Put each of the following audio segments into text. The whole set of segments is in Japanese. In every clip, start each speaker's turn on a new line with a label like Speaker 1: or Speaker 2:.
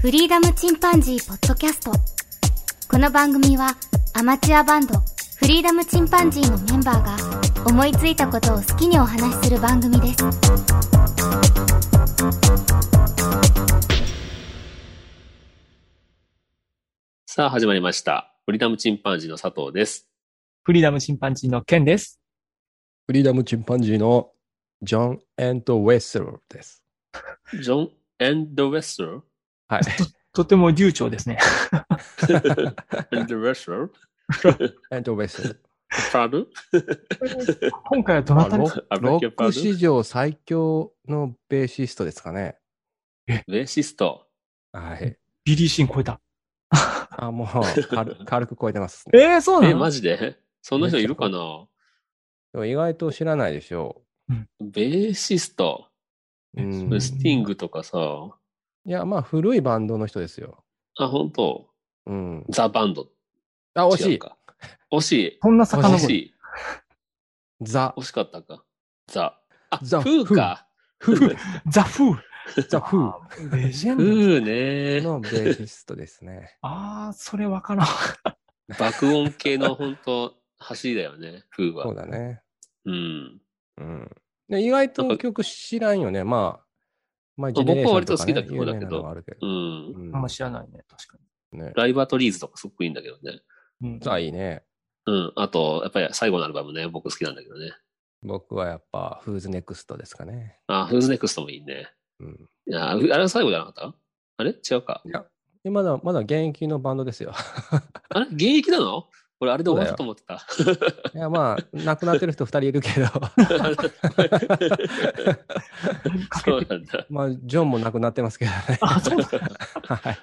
Speaker 1: フリーダムチンパンジーポッドキャストこの番組はアマチュアバンドフリーダムチンパンジーのメンバーが思いついたことを好きにお話しする番組です
Speaker 2: さあ、始まりました。フリーダムチンパンジーの佐藤です。
Speaker 3: フリーダムチンパンジーのケンです。
Speaker 4: フリーダムチンパンジーのジョン・エント・ウェッセルです。
Speaker 2: ジョン・エンド・ウェッセル
Speaker 4: はい。
Speaker 3: とても流暢ですね。
Speaker 2: エンド・ウェッセル
Speaker 4: エント・ウェッセル。
Speaker 2: パル
Speaker 3: 今回はどなた
Speaker 4: ロ
Speaker 3: です
Speaker 4: ッ
Speaker 2: あ
Speaker 4: ロ
Speaker 2: ブレッ
Speaker 4: ッ
Speaker 2: キーパール
Speaker 4: ク史上最強のベーシストですかね。
Speaker 2: ベーシスト。
Speaker 4: はい。
Speaker 3: ビリーシン超えた。
Speaker 4: あ、もう軽、軽く超えてますね。
Speaker 3: えー、そうな
Speaker 2: え、
Speaker 3: の
Speaker 2: マジでそんな人いるかな
Speaker 4: でも意外と知らないでしょ
Speaker 2: ベーシスト。
Speaker 4: う。うん
Speaker 3: え
Speaker 2: スティングとかさ。
Speaker 4: いや、まあ、古いバンドの人ですよ。
Speaker 2: あ、本当
Speaker 4: うん。
Speaker 2: ザ・バンド。
Speaker 4: あ、惜し
Speaker 2: 違う
Speaker 4: い。
Speaker 2: か。惜しい。
Speaker 3: そんな魚
Speaker 2: 惜
Speaker 3: も
Speaker 2: しい。
Speaker 4: ザ・
Speaker 2: 惜しかったか。ザ。あ、フ
Speaker 4: ザ
Speaker 2: ーか。フー。
Speaker 3: ザ・フー。
Speaker 4: ザ・フー
Speaker 3: レジェ
Speaker 2: フ
Speaker 3: ンド。
Speaker 2: ーね。
Speaker 4: のベーシストで すね。
Speaker 3: あー、それわからん。
Speaker 2: 爆音系の本当走りだよね、フー
Speaker 4: そう
Speaker 2: は。
Speaker 4: だね。
Speaker 2: うん。
Speaker 4: うん。で意外と曲知らんよね。まあ、まあ、
Speaker 2: 僕は割と好き
Speaker 4: ジ
Speaker 2: な
Speaker 4: ェネレーション
Speaker 2: 曲だけど
Speaker 4: 有名なのはあるけど
Speaker 2: う。ん。
Speaker 4: うん
Speaker 3: あんま知らないね。確か
Speaker 4: ね。
Speaker 2: ライバートリーズとかすごくいいんだけどね。
Speaker 3: に。うん
Speaker 4: ザいいね。
Speaker 2: うん。あと、やっぱり最後のアルバムね、僕好きなんだけどね。
Speaker 4: 僕はやっぱ、フーズネクストですかね。
Speaker 2: あ、フーズネクストもいいね。
Speaker 4: うん。
Speaker 2: いや、あれあれは最後じゃなかったあれ違うか。
Speaker 4: でまだ、まだ現役のバンドですよ。
Speaker 2: あれ現役なの俺、あれで終わったと思ってた。
Speaker 4: いや、まあ、亡くなってる人2人いるけど、
Speaker 2: そうなんだ。
Speaker 4: まあ、ジョンも亡くなってますけどね。
Speaker 3: あ、そうだ。
Speaker 4: はい。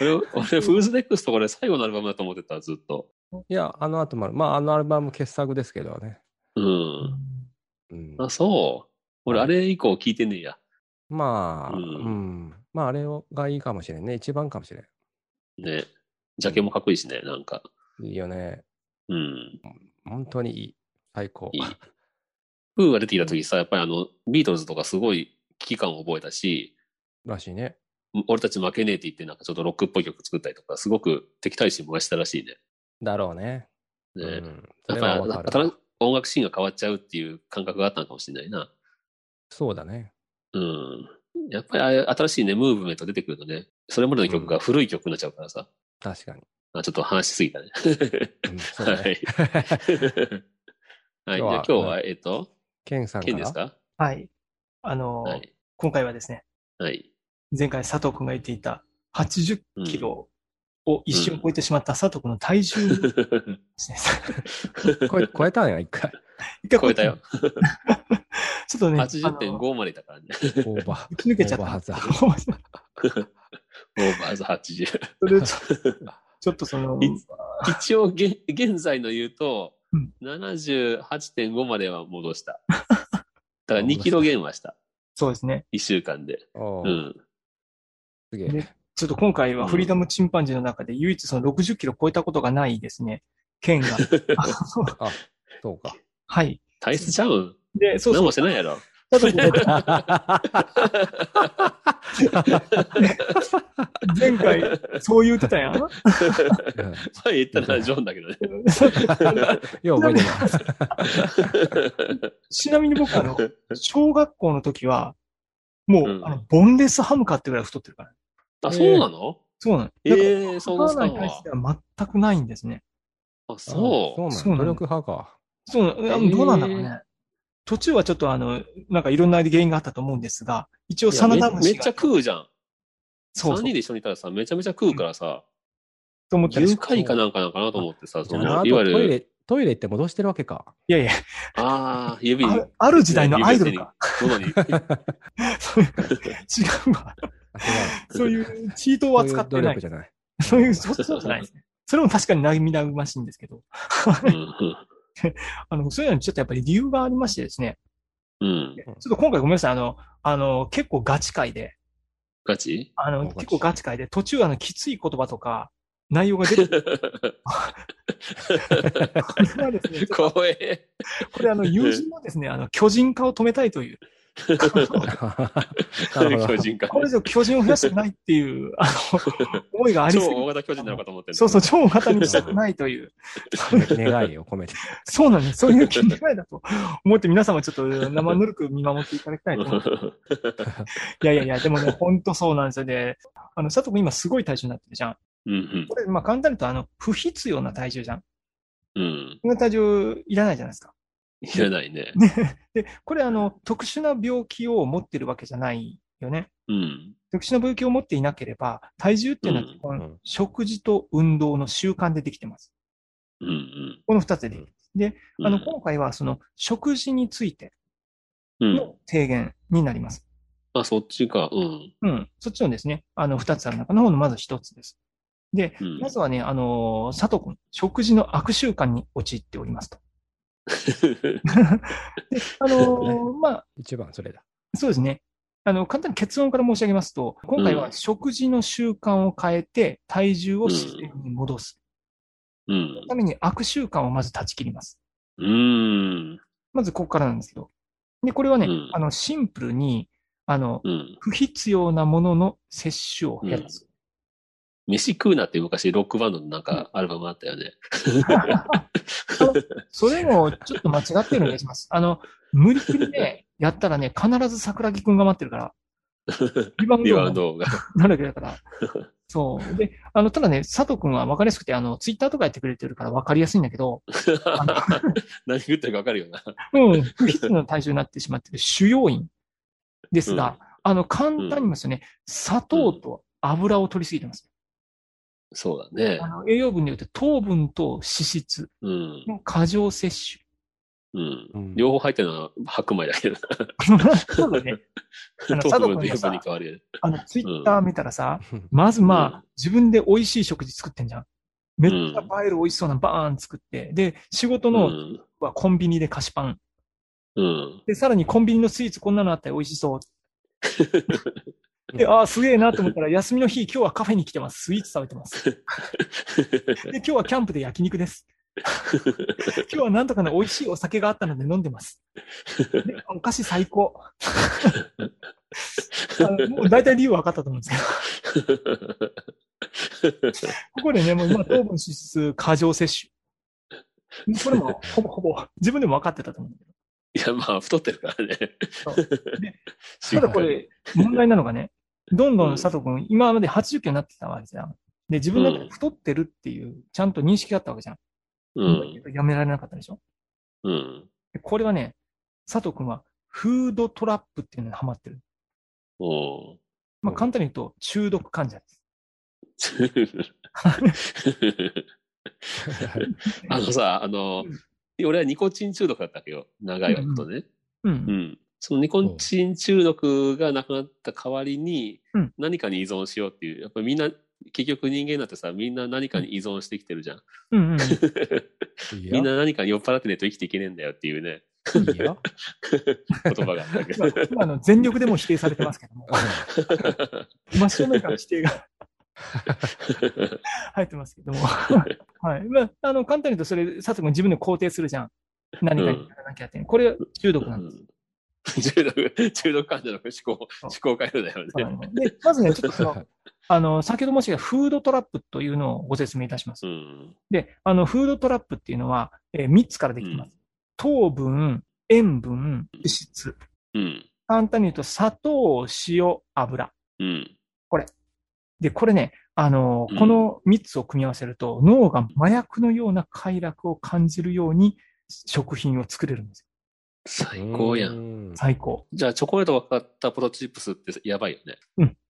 Speaker 2: 俺、俺フーズネクストこれ最後のアルバムだと思ってた、ずっと。
Speaker 4: いや、あの後もある、まあ、あのアルバム傑作ですけどね。
Speaker 2: うん。
Speaker 4: うん、
Speaker 2: あ、そう。俺、あれ以降聞いてねえや。
Speaker 4: まあ、
Speaker 2: う
Speaker 4: うんん、まあ、あれがいいかもしれんね。一番かもしれ
Speaker 2: ね。ジャケもかっこいいしね、なんか。
Speaker 4: ん。いいよね。
Speaker 2: うん。
Speaker 4: 本当にいい。最高。
Speaker 2: いい。フーが出てきた時さ、やっぱりあの、ビートルズとかすごい危機感を覚えたし、
Speaker 4: らしいね。
Speaker 2: 俺たち負けねえって言って、なんかちょっとロックっぽい曲作ったりとか、すごく敵対心燃やしたらしいね。
Speaker 4: だろうね。
Speaker 2: ね
Speaker 4: うん。そ
Speaker 2: やっ
Speaker 4: れはわ
Speaker 2: ぱり
Speaker 4: か
Speaker 2: 新
Speaker 4: る
Speaker 2: し。音楽シーンが変わっちゃうっていう感覚があったのかもしれないな。
Speaker 4: そうだね。
Speaker 2: うん。やっぱりああいう新しいね、ムーブメント出てくるとね、それまでの曲が古い曲になっちゃうからさ。
Speaker 4: 確かに。
Speaker 2: あちょっと話しすぎたね。
Speaker 4: うん、そう
Speaker 2: は
Speaker 4: だね。
Speaker 2: い。 はい。じゃあ今日は、えっと、
Speaker 4: ケンさんか
Speaker 2: ケン
Speaker 4: ら
Speaker 2: ですか
Speaker 3: はい。あのー、
Speaker 2: はい。
Speaker 3: 今回はですね、
Speaker 2: はい。
Speaker 3: 前回佐藤くんが言っていた80
Speaker 2: うん
Speaker 3: キロを一瞬超えてしまった佐藤くんの体重をですね。
Speaker 4: 超え 超えたんや、一回。
Speaker 3: 一回
Speaker 2: 超えたよ。。
Speaker 3: ちょっとね、あの
Speaker 2: 80.5までだからね。
Speaker 4: オーバ
Speaker 3: 打ち抜けちゃった。
Speaker 4: オーバーザ
Speaker 2: オーバーズ80。
Speaker 3: それちょ ちょっとその、
Speaker 2: い 一応げ、現在の言うと
Speaker 3: うん、
Speaker 2: 78.5までは戻 した。だから2キロ減はした。
Speaker 3: そうですね。
Speaker 2: 1週間で。
Speaker 4: ー。お
Speaker 2: う
Speaker 4: ー
Speaker 2: ん。
Speaker 4: すげ
Speaker 3: ね
Speaker 4: え。
Speaker 3: ちょっと今回はフリーダムチンパンジーの中で唯一その60キロ超えたことがないですね、 剣が。あの
Speaker 4: そうか。
Speaker 3: はい。
Speaker 2: 体質ちゃうん
Speaker 3: で、そう
Speaker 2: 何
Speaker 3: そう。
Speaker 2: もしてない やろ。
Speaker 3: 佐藤君前回、そう言ってたやん。
Speaker 4: うん
Speaker 2: 前言ったのはジョンだけどね。
Speaker 4: よう覚えてます。
Speaker 3: ちなみに僕、あの、小学校の時は、もう、
Speaker 2: うん
Speaker 3: あの、ボンレスハムかってぐらい太ってるから。
Speaker 2: あ、そうなの
Speaker 3: そうなの。
Speaker 2: え
Speaker 3: なんか
Speaker 2: えー、そうです
Speaker 3: ハンバーガーに対して
Speaker 2: か。
Speaker 3: は全くないんですね。
Speaker 2: あ、 そう。
Speaker 4: あ
Speaker 3: そ
Speaker 4: そうう
Speaker 3: な
Speaker 4: なんの
Speaker 3: だ
Speaker 4: 努力派か。
Speaker 3: そうなのえあ
Speaker 2: へー
Speaker 3: の。どうなんだろうね。途中はちょっとあの、なんかいろんな原因があったと思うんですが、一応、
Speaker 2: いやめ
Speaker 3: 真田
Speaker 2: め
Speaker 3: 虫
Speaker 2: っ
Speaker 3: が
Speaker 2: ちゃ食うじゃん。
Speaker 3: そう
Speaker 2: 3
Speaker 3: そう
Speaker 2: 人で一緒にいたらさ、めちゃめちゃ食うからさ、
Speaker 3: と思ったりし
Speaker 2: 牛
Speaker 3: ます
Speaker 2: カイかなんかなんかなと思ってさ、そ
Speaker 4: じゃあ
Speaker 2: の、
Speaker 4: あ
Speaker 2: いわ
Speaker 4: と
Speaker 2: ゆ
Speaker 4: トイ
Speaker 2: る、
Speaker 4: レ、トイレ行って戻してるわけか。
Speaker 3: いやいや、
Speaker 2: ああ、指に
Speaker 3: あ、るある時代のアイドルか。
Speaker 2: 喉に。
Speaker 3: そういう違うわ。
Speaker 4: あ違う
Speaker 3: そういうチートを扱って
Speaker 4: そういう努
Speaker 3: ない
Speaker 4: 力。じ ゃない。
Speaker 3: そういう、そうそうじゃないですね。それも確かに涙ぐましいんですけど、あの、そういうのにちょっとやっぱり理由がありましてですね、
Speaker 2: うん。うん。
Speaker 3: ちょっと今回ごめんなさい、あの、あの、結構ガチ会で、
Speaker 2: ガチ
Speaker 3: あ
Speaker 4: お
Speaker 3: の、
Speaker 4: ガチ
Speaker 3: 結構ガチ会で、途中あの、きつい言葉とか、内容が出てくる。これはですね、ちょっ
Speaker 2: 怖え。
Speaker 3: とこれあの、友人のですね、あの、巨人化を止めたいという、
Speaker 4: なるほ
Speaker 2: 巨
Speaker 4: ど
Speaker 2: 人化
Speaker 3: これ以上巨人を増やしたくないっていう、あ の、思いがあり
Speaker 2: 超
Speaker 3: すぎ
Speaker 2: 大
Speaker 3: る。
Speaker 2: 型巨人なのかと思ってる
Speaker 3: そうそう、超型にしたくないという。
Speaker 4: 願いを込めて。
Speaker 3: そうなんです。そういう気遣いだと思って皆様ちょ っと生ぬるく見守っていただきたいと思います。いやいやいや、で もね、ほんとそうなんですよね。あの、佐藤君今すごい体重になってるじゃん。
Speaker 2: うん
Speaker 3: これ、まあ簡単に言うと、あの、不必要な体重じゃん。
Speaker 2: うん。うん。
Speaker 3: こんな体重いらないじゃないですか。
Speaker 2: いらないね。
Speaker 3: で、これあの、特殊な病気を持ってるわけじゃないよね。
Speaker 2: うん。
Speaker 3: 特殊な病気を持っていなければ、体重っていうのは基本、
Speaker 4: うん
Speaker 3: 食事と運動の習慣でできてます。
Speaker 2: うんうん。
Speaker 3: この二つでできて
Speaker 2: う
Speaker 3: ます。
Speaker 2: ん
Speaker 3: あの、今回はその、食事について
Speaker 2: うん。
Speaker 3: の提言になります。
Speaker 2: あ、そっちか。うん。
Speaker 3: うん。そっちのですね、あの、二つある中の方のまず一つです。で、
Speaker 2: うん
Speaker 3: まずはね、あのー佐藤君、食事の悪習慣に陥っておりますと。で、あの ーまあ、
Speaker 4: 一番それだ。
Speaker 3: そうですね。あの、簡単に結論から申し上げますと、今回
Speaker 2: う
Speaker 3: は
Speaker 2: ん
Speaker 3: 食事の習慣を変えて、体重を自然に戻す。
Speaker 2: うん
Speaker 3: その。ために悪習慣をまず断ち切ります。
Speaker 2: うん。
Speaker 3: まずここからなんですけど。で、これはね、
Speaker 2: うん
Speaker 3: あの、シンプルに、あの、
Speaker 2: うん。
Speaker 3: 不必要なものの摂取を減らす。
Speaker 2: 飯食うなって昔ロックバンドのなんかアルバムあったよね。
Speaker 3: それもちょっと間違ってる気が します。あの、無理くりね、やったらね、必ず桜木くんが待ってるから、リバウン
Speaker 2: リバウ
Speaker 3: ド
Speaker 2: ン
Speaker 3: に
Speaker 2: ドが。
Speaker 3: なるわけ だから。そう。で、あの、ただね、佐藤くんは分かりやすくて、あの、ツイッターとかやってくれてるから分かりやすいんだけど、
Speaker 2: 何食ってるかわかるよな。
Speaker 3: うん、不必要な体重になってしまってる主要因ですが、あの、簡単に言いますよね、砂糖と油を取りすぎてます。
Speaker 2: そうだね
Speaker 3: あ。の栄養分によって糖分と脂質
Speaker 2: うん。
Speaker 3: の過剰 摂取。
Speaker 2: うん。
Speaker 4: うん
Speaker 2: 両方入ってるのは白米だけどな。
Speaker 3: そうだね。 あの
Speaker 2: 糖分と
Speaker 3: 佐藤君が
Speaker 2: 油
Speaker 3: さ
Speaker 2: 分に変わるよね。
Speaker 3: あの、ツイッター見たらさ、
Speaker 4: うん
Speaker 3: まずまあ、
Speaker 2: うん
Speaker 3: 自分で美味しい食事作ってんじゃん。めっちゃ映える美味しそうなバーン作って、で、仕事
Speaker 2: う
Speaker 3: の
Speaker 2: ん。
Speaker 3: はコンビニで菓子パン。
Speaker 2: うん。
Speaker 3: で、さらにコンビニのスイーツこんなのあったら美味しそう。で、ああ、すげえなと思ったら、休みの日、今日はカフェに来てます。スイーツ食べてます。で、今日はキャンプで焼 肉です。今日はなんとかの美味しいお酒があったので飲ん でます。でお菓子最高。 あのもう大体理由分かったと思うんですけど、ここでね、もう今、糖分脂質過剰摂取。これもほぼほぼ自分でも分かってたと思うんだけど。
Speaker 2: いや、まあ、太ってるからね。
Speaker 3: ただこれ、問題なのがね、どんどん佐藤君、今まで80キロになってたわけじゃん。で、自分だって太ってるっていう、ちゃんと認識があったわけじゃん。
Speaker 2: うん。
Speaker 3: やめられなかったでしょ。
Speaker 2: うん。
Speaker 3: でこれはね、佐藤君は、フードトラップっていうのにハマってる。
Speaker 2: おー
Speaker 3: ま
Speaker 4: う
Speaker 3: あ、
Speaker 4: ん
Speaker 3: 簡単に言うと、中毒患者です。
Speaker 2: あのさ、あの、俺はニコチン中毒だったわけよ。長いことね。
Speaker 3: う。
Speaker 2: うんん。そのニコチン中毒がなくなった代わりに
Speaker 3: うん、
Speaker 2: 何かに依存しようっていう。やっぱりみんな、結局人間だってさ、みんな何かに依存してきてるじゃん。
Speaker 3: うんうん。
Speaker 4: いいよ
Speaker 2: みんな何かに酔っ払ってないと生きていけねえんだよっていう ね、
Speaker 4: いいよ。
Speaker 2: 言葉があったけど
Speaker 3: 今今あの全力でも否定されてますけ ども、真正面から否定が入ってますけども。 はい。まあ、あの、簡単に言うと、それ、佐藤君自分で肯定するじゃん。何かにやらなきゃって。これ、中毒なんです。
Speaker 2: 中毒、中毒患者の思考、思考回路だよ
Speaker 3: そう
Speaker 2: ね。
Speaker 3: なので、まずね、ちょっとその、あの、先ほど申し上げたフードトラップというのをご説明いたします
Speaker 2: う。ん。
Speaker 3: で、あの、フードトラップっていうのは、え3つからできてます。糖分、塩分、脂質。
Speaker 2: うん。
Speaker 3: 簡単に言うと、砂糖、塩、油。
Speaker 2: うん。
Speaker 3: で、これね、あの、この3つを組み合わせると、脳が麻薬のような快楽を感じるように食品を作れるんですよ。
Speaker 2: 最高やん。
Speaker 4: ん。
Speaker 3: 最高。
Speaker 2: じゃあ、チョコレートがかかったポテトチップスってやばいよね。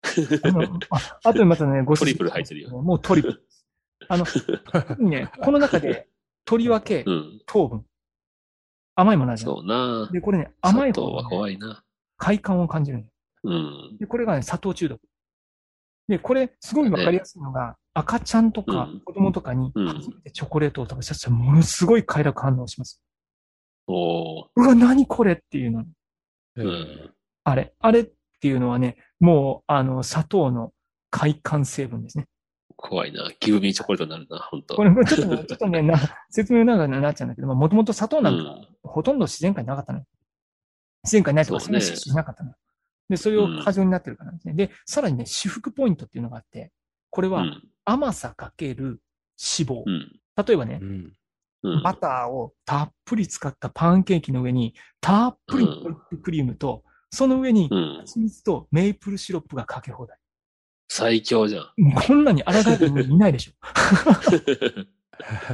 Speaker 3: あのああとでまたね、ご
Speaker 2: トリプル入ってるよ
Speaker 3: もうトリプルです。あの、ね、この中で、とりわけ、
Speaker 2: うん。
Speaker 3: 糖分。甘いものあるじゃん。
Speaker 2: そうな
Speaker 3: で、これね、甘い
Speaker 2: 砂
Speaker 3: 方
Speaker 2: 糖は
Speaker 3: がね、
Speaker 2: 怖いな。
Speaker 3: 快感を感じるの
Speaker 2: うん。
Speaker 3: で、これがね、砂糖中毒。で、これ、すごいわかりやすいのが、赤ちゃんとか
Speaker 2: うん
Speaker 3: 子供とかに、
Speaker 2: うん
Speaker 3: 初めてチョコレートを食べさせたら、ものすごい快楽反応します。
Speaker 2: おー。
Speaker 3: うわ、何これっていうの。
Speaker 4: う
Speaker 2: うんん。
Speaker 3: あれ、あれっていうのはね、もう、あの、砂糖の快感成分ですね。
Speaker 2: 怖いな。ギブミーチョコレートになるな、本当
Speaker 3: これ、ちょっとね、ちょっと ね、な説明なんかになっちゃうんだけど、もともと砂糖
Speaker 2: う
Speaker 3: なんか、
Speaker 2: ん。
Speaker 3: ほとんど自然界になかったのよ。前回ないとか、
Speaker 2: そ
Speaker 3: そうう
Speaker 2: ね
Speaker 3: いうしかしなかったの。で、それを過剰になってるからですね。で、さらにね、私服ポイントっていうのがあって、これ
Speaker 2: う
Speaker 3: は
Speaker 2: ん。
Speaker 3: 甘さかける脂肪
Speaker 2: う。ん。
Speaker 3: 例えばね
Speaker 4: う、ん。
Speaker 2: うん。
Speaker 3: バターをたっぷり使ったパンケーキの上に、たっぷりホイップクリームと、その上に
Speaker 2: うん。
Speaker 3: 蜂蜜とメープルシロップがかけ放題。
Speaker 2: 最強じゃん。
Speaker 3: こんなに抗える人いないでしょ。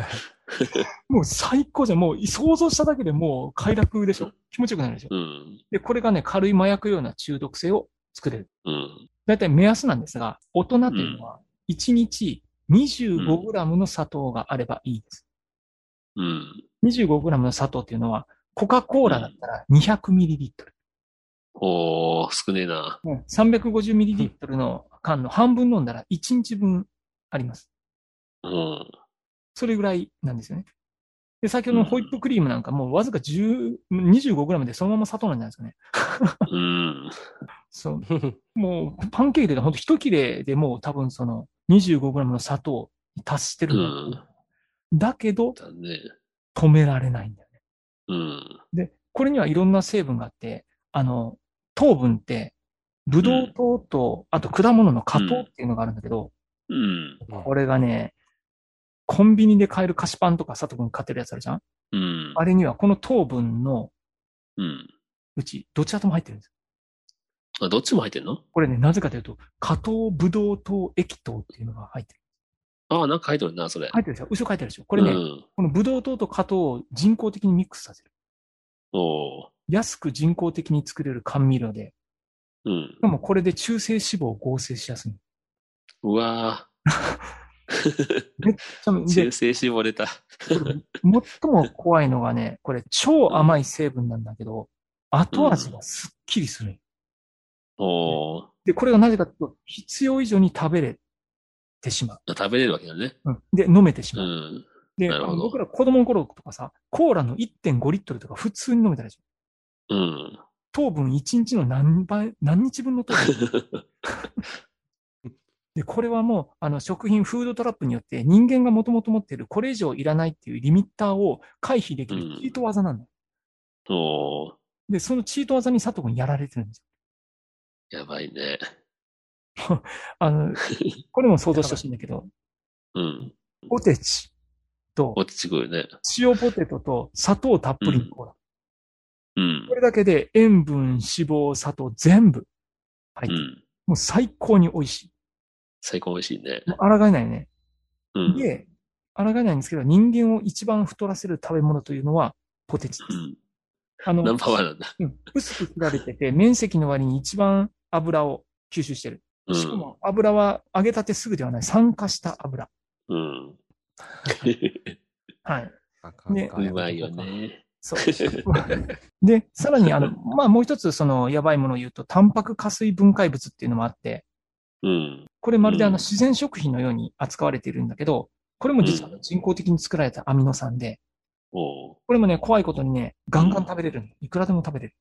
Speaker 3: もう最高じゃん。もう想像しただけでもう快楽でしょ。気持ちよくなるでしょ。
Speaker 2: うん。
Speaker 3: で、これがね、軽い麻薬ような中毒性を作れる。
Speaker 2: うん。
Speaker 3: だいたい目安なんですが、大人というのは、1日 25g の砂糖があればいいです。
Speaker 2: うん。
Speaker 3: 25g の砂糖っていうのは、コカ・コーラだったら 200ml。
Speaker 2: おー、少ねえな。
Speaker 3: 350ml の缶の半分飲んだら1日分あります。
Speaker 2: うん。
Speaker 3: それぐらいなんですよね。で、先ほどのホイップクリームなんかもうわずか10 25g でそのまま砂糖なんじゃないですかね。
Speaker 2: うん。
Speaker 3: そう。もうパンケーキでほんと一切れでもう多分その 25g の砂糖に達してるんだ,、だけど
Speaker 2: だね。
Speaker 3: 止められないんだよね。
Speaker 2: うん。
Speaker 3: で、これにはいろんな成分があって、あの、糖分って、ブドウ糖と、あと果物の果糖っていうのがあるんだけど、
Speaker 2: うん。
Speaker 3: これがね、コンビニで買える菓子パンとか佐藤くん買ってるやつあるじゃん
Speaker 2: うん。
Speaker 3: あれにはこの糖分の
Speaker 2: うん。
Speaker 3: うち、どちらとも入ってるんです。
Speaker 2: あ、どっちも入ってんの
Speaker 3: これね、なぜかというと、果糖、ブドウ糖、液糖っていうのが入ってる。
Speaker 2: ああ、なんか入ってるな、それ。
Speaker 3: 入ってるでしょ後ろ書いてあるでしょこれね、
Speaker 2: うん。
Speaker 3: このブドウ糖と果糖を人工的にミックスさせる。
Speaker 2: おー。
Speaker 3: 安く人工的に作れる甘味料で、
Speaker 2: うん
Speaker 3: し。かもこれで中性脂肪を合成しやすい。
Speaker 2: うわ
Speaker 3: その
Speaker 2: ー。
Speaker 3: で
Speaker 2: 中、性脂肪出た。
Speaker 3: 最も怖いのがね、これ超甘い成分なんだけど、後味がすっきりする。
Speaker 2: おー。
Speaker 3: で、これがなぜかというと、必要以上に食べれてしまう。
Speaker 2: 食べれるわけだね。
Speaker 3: うんで、飲めてし
Speaker 2: う
Speaker 3: まう。
Speaker 2: ん。
Speaker 3: で、
Speaker 2: なるほど
Speaker 3: 僕ら子供の頃とかさ、コーラの1.5リットルとか普通に飲めたでし
Speaker 2: う
Speaker 3: ょ。
Speaker 2: ん。
Speaker 3: 糖分1日の何倍、何日分の糖分。 で、これはもう、あの、食品、フードトラップによって人間がもともと持っているこれ以上いらないっていうリミッターを回避できるチート技なんだよ。
Speaker 2: おー。
Speaker 3: で、そのチート技に佐藤君やられてるんですよ。
Speaker 2: やばいね。
Speaker 3: あの、これも想像してほしいんだけど、
Speaker 2: うん。
Speaker 3: ポテチと
Speaker 2: 落ちてくるね。
Speaker 3: 塩ポテトと砂糖たっぷりのコーラ。
Speaker 2: うん
Speaker 3: こ。れだけで塩分、脂肪、砂糖全部入っ
Speaker 2: う
Speaker 3: てる。
Speaker 2: ん。
Speaker 3: もう最高に美味し
Speaker 2: 最高美味しいね
Speaker 3: い。。もう抗えないよね。
Speaker 2: うん。
Speaker 3: で、抗えないんですけど、人間を一番太らせる食べ物というのはポテチで
Speaker 2: う
Speaker 3: す。
Speaker 2: ん。
Speaker 3: あの
Speaker 2: ナンバーワンなんだ。
Speaker 3: うん薄く切られてて、面積の割に一番油を吸収してる。
Speaker 2: う
Speaker 3: しか
Speaker 2: ん。
Speaker 3: も油は揚げたてすぐではない、酸化した油。
Speaker 2: うん。
Speaker 3: はい。ね
Speaker 2: うまいよ。ね。
Speaker 3: そう。で、さらに、あの、まあ、もう一つ、その、やばいものを言うと、タンパク加水分解物っていうのもあって、
Speaker 2: うん。
Speaker 3: これまるであ
Speaker 2: うん
Speaker 3: の自然食品のように扱われているんだけど、これも実は人工的に作られたアミノ酸で、
Speaker 2: おう。
Speaker 3: これもね、怖いことにね、ガンガン食べれるの。いくらでも食べれる。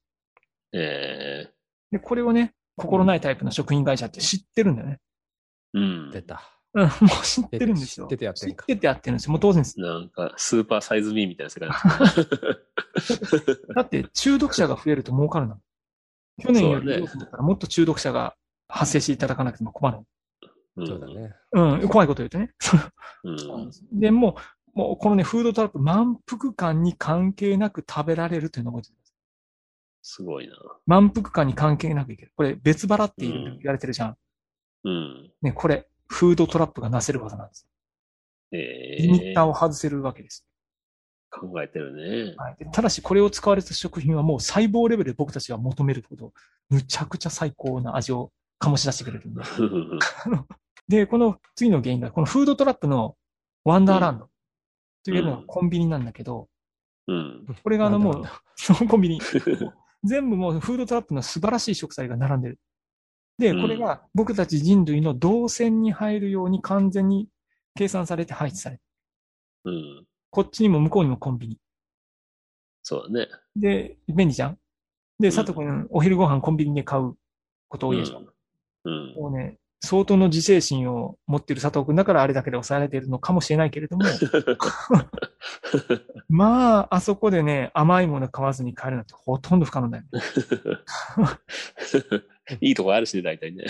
Speaker 2: ええ
Speaker 3: で、これをね、心ないタイプの食品会社って知ってるんだよね。
Speaker 2: うん。
Speaker 4: 出た。
Speaker 3: うん、もう知ってるんですよ。
Speaker 4: 知っててやってんか
Speaker 3: 知っててやってるんですよ。もう当然です。
Speaker 2: なんか、スーパーサイズミーみたいな世界だ。
Speaker 3: だって、中毒者が増えると儲かるの。去年よ
Speaker 2: そうだ
Speaker 3: り
Speaker 2: ね
Speaker 3: 多くなったらもっと中毒者が発生していただかなくても困る。
Speaker 2: うん
Speaker 4: そうだ。ね。
Speaker 3: うん、怖いこと言うとね。
Speaker 2: う
Speaker 3: そうなん
Speaker 2: ん
Speaker 3: で。すで、もう、もうこのね、フードトラップ、満腹感に関係なく食べられるというのを覚えてください
Speaker 2: すごいな。
Speaker 3: 満腹感に関係なくいける。これ、別腹っていろいろ言われてるじゃん。
Speaker 2: うん。
Speaker 3: ね、これ、フードトラップがなせる技なんです。
Speaker 2: え
Speaker 3: リミ
Speaker 2: え
Speaker 3: ッターを外せるわけです。
Speaker 2: 考えて るね。
Speaker 3: はい、でただし、これを使われた食品はもう細胞レベルで僕たちが求めるほど、むちゃくちゃ最高な味を醸し出してくれるんで。で、この次の原因が、このフードトラップのワンダーランドというのがコンビニなんだけど、
Speaker 2: うん。
Speaker 3: これがあの
Speaker 4: なん
Speaker 3: も
Speaker 4: だ
Speaker 3: う、そのコンビニ、全部もうフードトラップの素晴らしい食材が並んでる。で、
Speaker 2: うん
Speaker 3: これが僕たち人類の動線に入るように完全に計算されて配置されてる。
Speaker 2: うん。
Speaker 3: こっちにも向こうにもコンビニ。
Speaker 2: そうだね。
Speaker 3: で、便利じゃんで、
Speaker 2: ん
Speaker 3: 佐藤君、お昼ご飯コンビニで買うこと多いでしょ。
Speaker 2: うん。
Speaker 3: もうね、相当の自制心を持っている佐藤くんだからあれだけで抑えられているのかもしれないけれ ども、まあ、あそこでね、甘いもの買わずに帰るなんてほとんど不可能だよね。
Speaker 2: いいとこあるしね、大体ね。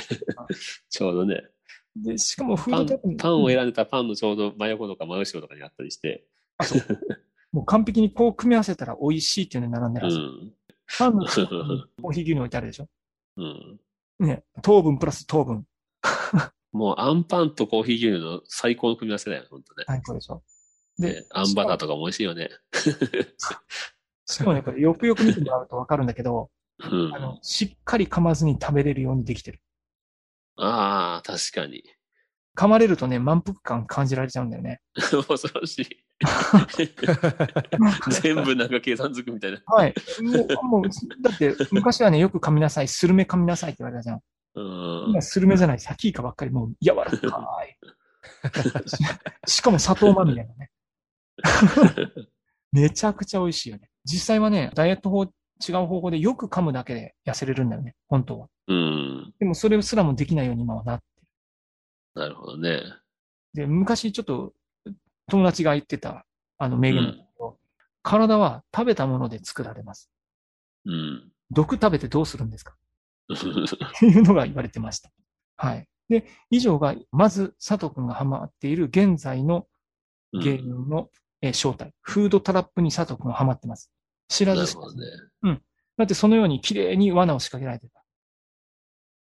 Speaker 2: ちょうどね。
Speaker 3: で、しかもフー
Speaker 2: パ
Speaker 3: ド
Speaker 2: ン
Speaker 3: タップ、
Speaker 2: パンを選んでたパンのちょうど真横とか真後ろとかにあったりして。
Speaker 3: もう完璧にこう組み合わせたら美味しいっていうのに並んで
Speaker 2: う
Speaker 3: るはず。
Speaker 2: ん。
Speaker 3: パンのコーヒー牛乳置いてあるでしょ
Speaker 2: うん。
Speaker 3: ね、糖分プラス糖分。
Speaker 2: もう、アンパンとコーヒー牛乳の最高の組み合わせだよ、本当ね。
Speaker 3: 最高でしょで
Speaker 2: ね、アンバターとかも美味しいよね。
Speaker 3: しかもね、これよくよく見てもらうとわかるんだけど、
Speaker 2: うん。
Speaker 3: あ
Speaker 2: あ
Speaker 3: の、しっかり噛まずに食べれるようにできてる。
Speaker 2: あー、確かに。
Speaker 3: 噛まれるとね、満腹感感じられちゃうんだよね。
Speaker 2: 恐ろしい。全部なんか計算づくみたいな。
Speaker 3: はい。もう、もう だって、昔はね、よく噛みなさい、スルメ噛みなさいって言われたじゃん。
Speaker 2: うん
Speaker 3: 今、。スルメじゃない、サキイカばっかり、もう、柔らかい。ししかも砂糖まみれの ね。めちゃくちゃ美味しいよね。実際はね、ダイエット法、違う方法でよく噛むだけで痩せれるんだよね、本当は。
Speaker 2: うん。
Speaker 3: でもそれすらもできないように今はなって
Speaker 2: なるほどね。
Speaker 3: る。で、昔ちょっと友達が言ってた、あの名
Speaker 2: う
Speaker 3: 言なんだ
Speaker 2: ん。
Speaker 3: けど、体は食べたもので作られます。
Speaker 2: うん。
Speaker 3: 毒食べてどうするんですか っていうのが言われてました。はい。で、以上が、まず佐藤くんがハマっている現在の原因の、えー正体。フードトラップに佐藤くんはハマってます。知ら
Speaker 2: な
Speaker 3: ず
Speaker 2: る
Speaker 3: 知ら
Speaker 2: ほ
Speaker 3: ず
Speaker 2: どね。
Speaker 3: だってそのように綺麗に罠を仕掛けられてた。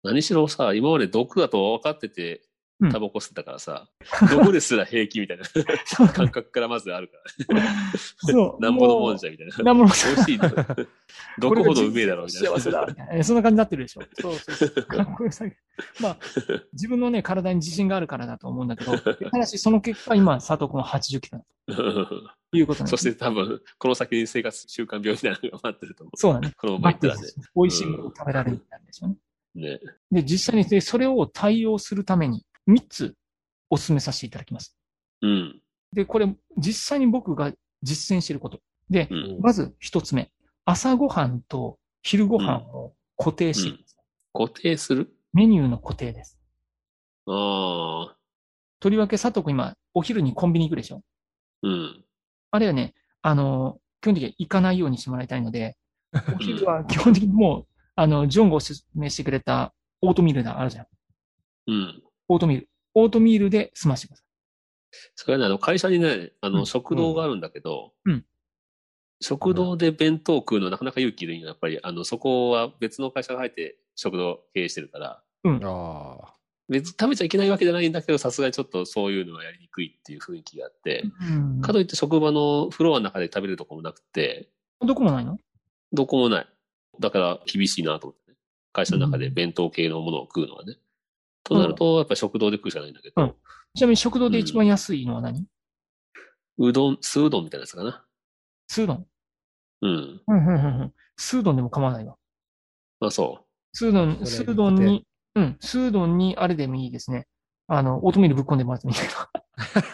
Speaker 2: 何しろさ、今まで毒だと分かってて
Speaker 3: うん、
Speaker 2: タバコ吸ってたからさ、毒ですら平気みたいな感覚からまずあるから。
Speaker 3: そ う。
Speaker 2: なんぼのもん
Speaker 3: ゃ。
Speaker 2: じゃみたいな。
Speaker 3: なんぼのもんじ
Speaker 2: 美味しいの。毒ほどうめえだろみたいな。
Speaker 3: 幸せだ、みたいな。えそんな感じになってるでしょ。そうそうそう。かっこよさげまあ、自分のね、体に自信があるからだと思うんだ けど、ただしその結果、今、佐藤君は80キロだということなん
Speaker 2: そ
Speaker 3: で
Speaker 2: し
Speaker 3: すね。
Speaker 2: て多分、この先に生活習慣病みたいなのが待ってると思う。
Speaker 3: そうだね。
Speaker 2: このままい
Speaker 3: バ
Speaker 2: っ
Speaker 3: ッ
Speaker 2: たら
Speaker 3: テリ
Speaker 2: ね。
Speaker 3: ー美味しいものを食べられるようになるんでしょうね。
Speaker 2: ね。
Speaker 3: で、実際に、ね、それを対応するために、3つお勧めさせていただきます。
Speaker 2: うん。
Speaker 3: で、これ、実際に僕が実践していること。で
Speaker 2: う、ん。
Speaker 3: まず1つ目。朝ごはんと昼ごはんを固定しています、
Speaker 2: 固定する
Speaker 3: メニューの固定です。
Speaker 2: ああ。
Speaker 3: とりわけ佐藤君今、お昼にコンビニ行くでしょ
Speaker 2: うん。
Speaker 3: あれはね、あの、基本的には行かないようにしてもらいたいので、お昼は基本的にもう、あの、ジョンがおすすめしてくれたオートミールだ、あるじゃん。
Speaker 2: うん。
Speaker 3: オートミール。オートミールで済ましてくださ
Speaker 2: それはね、あの、会社にね、あ
Speaker 3: うん
Speaker 2: の、食堂があるんだけど、
Speaker 3: うん
Speaker 2: 食堂で弁当食うのなかなか勇気いるんよ。やっぱり、あの、そこは別の会社が入って食堂経営してるから、
Speaker 4: ああ。
Speaker 2: 別に食べちゃいけないわけじゃないんだけど、さすがにちょっとそういうのはやりにくいっていう雰囲気があって、
Speaker 3: い。うん
Speaker 2: かといって職場のフロアの中で食べるとこもなくて、
Speaker 3: どこもないの
Speaker 2: どこもない。だから厳しいなと思ってね。会社の中で弁当系のものを食うのはね。となると、やっぱ食堂で食うしかないんだけど、
Speaker 3: ちなみに食堂で一番安いのは何、
Speaker 2: うどん、酢うどんみたいなやつかな。
Speaker 3: スードン。
Speaker 2: うん。
Speaker 3: うんうんうんうん。スードンでも構わないわ。
Speaker 2: まあそ
Speaker 3: スードン、ス
Speaker 4: それ
Speaker 3: ードンに、うん、スードンにあれでもいいですね。あの、オートミールぶっ込んでもらってもいいけど。
Speaker 2: う。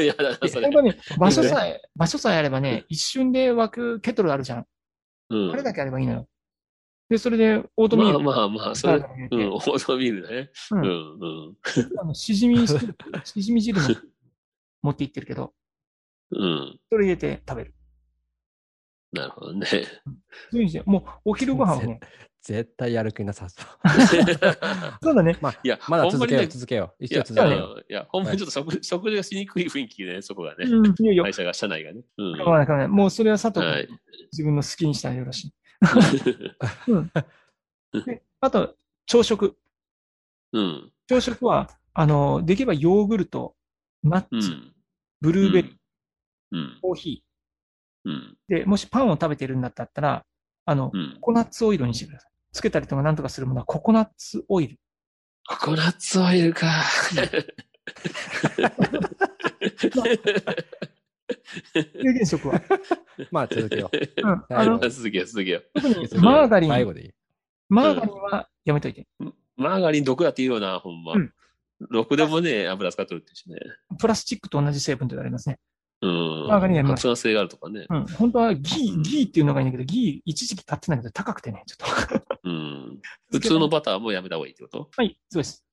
Speaker 2: いやだな、それ
Speaker 3: 本。当に場所さえ、場所さえあればね、一瞬で沸くケトルあるじゃん。
Speaker 2: うん
Speaker 3: あれだけあればいいのよ。で、それでオートミー
Speaker 2: まあ
Speaker 3: ル。
Speaker 2: まあまあ、それ、
Speaker 3: 入れ
Speaker 2: う
Speaker 3: て
Speaker 2: ん、オートミールね。
Speaker 3: う
Speaker 2: うんん、うん、
Speaker 3: あのしじ み、しじみ汁も持っていってるけど、
Speaker 2: うん。
Speaker 3: それ入れて食べる。
Speaker 2: なるほ どね。
Speaker 3: そういうふうにして、もうお昼ご飯はね、
Speaker 4: 絶対やる気なさそう。
Speaker 3: そうだね。
Speaker 4: まあ、
Speaker 2: いや、
Speaker 4: まだ
Speaker 2: ほん
Speaker 4: 続
Speaker 2: まに
Speaker 4: けよう、
Speaker 2: ね、
Speaker 4: 続けよう。
Speaker 2: い
Speaker 4: 一応
Speaker 2: や、
Speaker 4: 続けよう。
Speaker 2: いや、ほんまにちょっと食,、食事がしにくい雰囲気ね、そこがね。
Speaker 3: うん、いよいよ
Speaker 2: 会。社が、社内がね。うん。
Speaker 3: 構わない、構わない。もうそれは佐藤
Speaker 2: はい
Speaker 3: 君、自分の好きにしたらよろしい。であと、朝食。
Speaker 2: うん。
Speaker 3: 朝食は、あの、できればヨーグルト、ナ
Speaker 2: う
Speaker 3: ッツ、
Speaker 2: ん。
Speaker 3: ブルーベリー、
Speaker 2: うん。
Speaker 3: コーヒ
Speaker 2: うん。
Speaker 3: ー。で、もしパンを食べてるんだったら、あの、
Speaker 2: うん。
Speaker 3: ココナッツオイルにしてください。つけたりとかなんとかするものはココナッツオイル。
Speaker 2: ココナッツオイルか。
Speaker 3: 有限食は。
Speaker 4: まあ、続け よう。
Speaker 3: うん。あ
Speaker 4: は
Speaker 3: の
Speaker 4: い、
Speaker 2: 続けよう、続けよ
Speaker 3: 特に
Speaker 4: 続けよう
Speaker 3: マーガリ
Speaker 4: 最
Speaker 3: ン、
Speaker 4: 後でいい。
Speaker 3: マーガリンはやめといて。
Speaker 2: う。マーガリン毒だって言うよな、ほんま
Speaker 3: うん。
Speaker 2: ろくでもね、油使っとるってしね。
Speaker 3: プラスチックと同じ成分と言われますね。
Speaker 2: うん。
Speaker 3: 中にはあります
Speaker 2: 発が性があるとかね。
Speaker 3: うん。本当はギー、ギーっていうのがいいんだけど、ギー一時期立ってたんだけど高くてね、ちょ っと。
Speaker 2: うん。普通のバターもやめた方がいいってこと
Speaker 3: はい、そうです。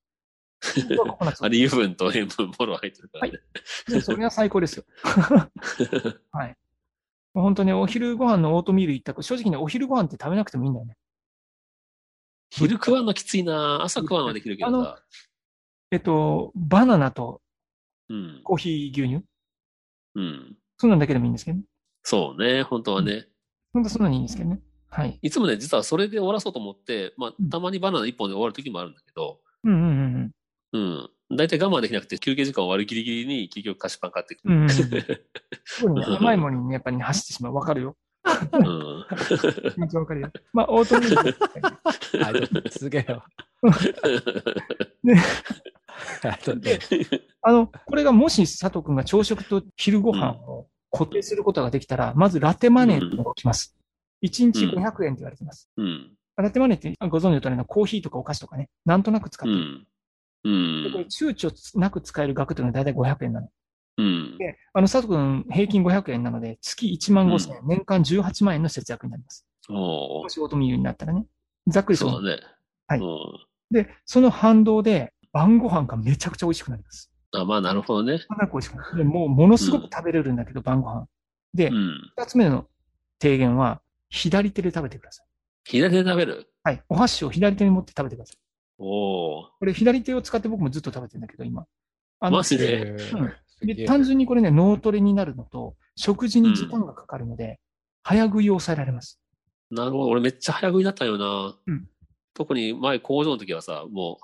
Speaker 3: 僕はココナッツ
Speaker 2: あれ、油分と塩分もろ入ってるからね。
Speaker 3: でそれは最高 ですよ。はい。もう本当ね、お昼ご飯のオートミール一択。正直ね、お昼ご飯って食べなくてもいいんだよね。
Speaker 2: 昼食わんのきついな朝食わんはできるけどさ。
Speaker 3: えっと、バナナと
Speaker 2: うん。
Speaker 3: コーヒー牛乳。
Speaker 2: うん。
Speaker 3: そんなんだけでもいいんですけどね。
Speaker 2: そうね、本当はね。
Speaker 3: ほんとそんなにいいんですけどね。はい。
Speaker 2: いつもね、実はそれで終わらそうと思って、ま
Speaker 3: うん
Speaker 2: あ、たまにバナナ一本で終わる時もあるんだけど、
Speaker 3: うんうんう
Speaker 2: う
Speaker 3: ん
Speaker 2: ん。大体我慢できなくて、休憩時間終わるギリギリに、結局菓子パン買ってく
Speaker 3: うん。う
Speaker 2: る。
Speaker 3: んうんうん。 すごいね、甘いものにね、やっぱりね、走ってしまう。わかるよ。
Speaker 2: うん。
Speaker 3: 気持ちわかるよ。まあ、オートミール。
Speaker 4: あ続けよう。 あと
Speaker 3: で、あの、これがもし佐藤くんが朝食と昼ご飯を固定することができたら、まずラテマネーっていうのが起きます。1日500円って言われてます。
Speaker 2: うん。
Speaker 3: ラテマネーってご存知の通りのコーヒーとかお菓子とかね、なんとなく使っ
Speaker 2: う
Speaker 3: てる。
Speaker 2: ん。う
Speaker 3: でこれ
Speaker 2: ん。
Speaker 3: 躊躇なく使える額というのは大体500円なの。
Speaker 2: うん。
Speaker 3: で、あの、佐藤君平均500円なので、月1万5000円、年間18万円の節約になります。
Speaker 2: お
Speaker 3: も
Speaker 2: ー
Speaker 3: しオートミールになったらね。ざっくり
Speaker 2: そう
Speaker 3: う。
Speaker 2: だね。
Speaker 3: はい
Speaker 2: うん
Speaker 3: で、その反動で、晩ご飯がめちゃくちゃ美味しくなります。
Speaker 2: あ、まあ、なるほどね。
Speaker 3: かなり美味しくなる。でもう、ものすごく食べれるんだけど、晩ご飯。で
Speaker 2: う、ん。
Speaker 3: 二つ目の提言は、左手で食べてください。
Speaker 2: 左手で食べる
Speaker 3: はい。お箸を左手に持って食べてください。
Speaker 2: おお。
Speaker 3: これ、左手を使って僕もずっと食べてるんだけど、今。あの
Speaker 2: マジで
Speaker 4: えー
Speaker 3: うん
Speaker 4: すげ
Speaker 3: で
Speaker 4: え
Speaker 3: 単純にこれね、脳トレになるのと、食事に時間がかかるので、早食いを抑えられます。
Speaker 2: なるほど。俺めっちゃ早食いだったよな。
Speaker 3: うん
Speaker 2: 特に前工場の時はさ、も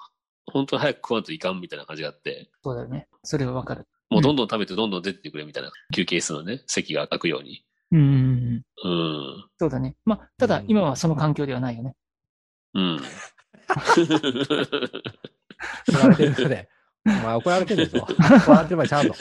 Speaker 2: う、本当に早く食わんといかんみたいな感じがあって、
Speaker 3: そうだよね。それはわかる。
Speaker 2: もうどんどん食べてどんどん出てってくれみたいな、休憩室のね、席が開くように。
Speaker 3: うんうんう
Speaker 2: う
Speaker 3: ん。
Speaker 2: ん。
Speaker 3: そうだね。まあ、ただ
Speaker 4: うん
Speaker 3: 今はその環境ではないよね。
Speaker 2: うん。
Speaker 4: 怒られてるね。お前怒られてる ぞ。怒られてる前ちゃうぞ。